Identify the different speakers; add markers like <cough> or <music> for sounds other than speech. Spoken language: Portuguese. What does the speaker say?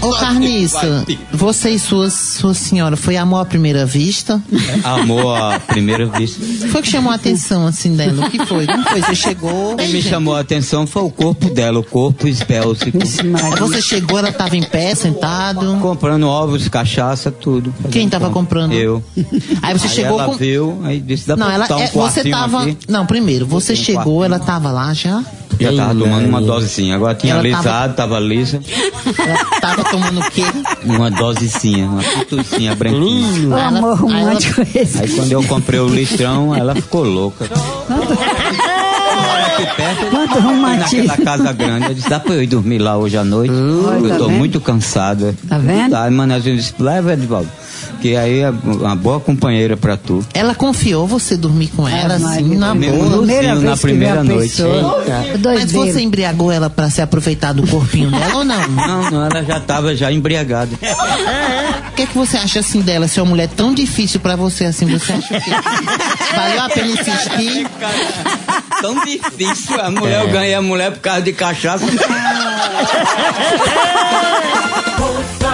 Speaker 1: falar nisso, você e sua, sua senhora, foi amor à primeira vista?
Speaker 2: Amor à primeira vista.
Speaker 1: Foi que chamou a atenção, assim, dela? O que foi? Como foi? Você chegou...
Speaker 2: O que me chamou a atenção foi o corpo dela, o corpo esbelto.
Speaker 1: Você chegou, ela tava em pé, sentado.
Speaker 2: Comprando ovos, cachaça, tudo.
Speaker 1: Quem tava comprando?
Speaker 2: Eu.
Speaker 1: Aí você
Speaker 2: Aí
Speaker 1: chegou
Speaker 2: ela
Speaker 1: com-
Speaker 2: viu, aí disse, dá
Speaker 1: Não,
Speaker 2: pra
Speaker 1: ela...
Speaker 2: botar um
Speaker 1: é, você
Speaker 2: quartinho
Speaker 1: tava...
Speaker 2: aqui.
Speaker 1: Não, primeiro, você
Speaker 2: Tem um
Speaker 1: chegou, ela tava lá já?
Speaker 2: Já tava tomando uma dosezinha. Agora tinha
Speaker 1: Ela tava-
Speaker 2: alisado, tava... lisa.
Speaker 1: Ela tava tomando o quê?
Speaker 2: Uma dosezinha, uma pitucinha branquinha.
Speaker 3: O
Speaker 1: Aí ela-
Speaker 3: amor
Speaker 1: aí ela-
Speaker 3: <laughs> romântico é esse.
Speaker 2: Aí quando eu comprei o litrão, ela ficou louca. Ela aqui perto,
Speaker 3: Quanto romantismo.
Speaker 2: Naquela casa grande, eu disse, dá pra eu ir dormir lá hoje à noite? eu
Speaker 3: tá
Speaker 2: tô
Speaker 3: vendo?
Speaker 2: muito cansada.
Speaker 3: Tá vendo?
Speaker 2: Aí, mano, eu disse, leva, Edvaldo, que aí é uma boa companheira pra tu.
Speaker 1: Ela confiou você dormir com ela, assim, na
Speaker 2: Meu
Speaker 1: boa?
Speaker 2: Deus.
Speaker 3: Primeira
Speaker 2: na
Speaker 3: vez que
Speaker 2: primeira
Speaker 3: vê a
Speaker 2: noite.
Speaker 3: pessoa. Dois
Speaker 1: Mas
Speaker 3: dedos.
Speaker 1: você embriagou ela pra se aproveitar do corpinho dela ou não?
Speaker 2: Não, não, ela já tava já embriagada.
Speaker 1: O que é que você acha assim dela? Se é uma mulher tão difícil pra você assim, você acha o quê? Valeu a pena insistir?
Speaker 2: Tão difícil, a mulher, eu ganhei a mulher por causa de cachaça.
Speaker 4: Moção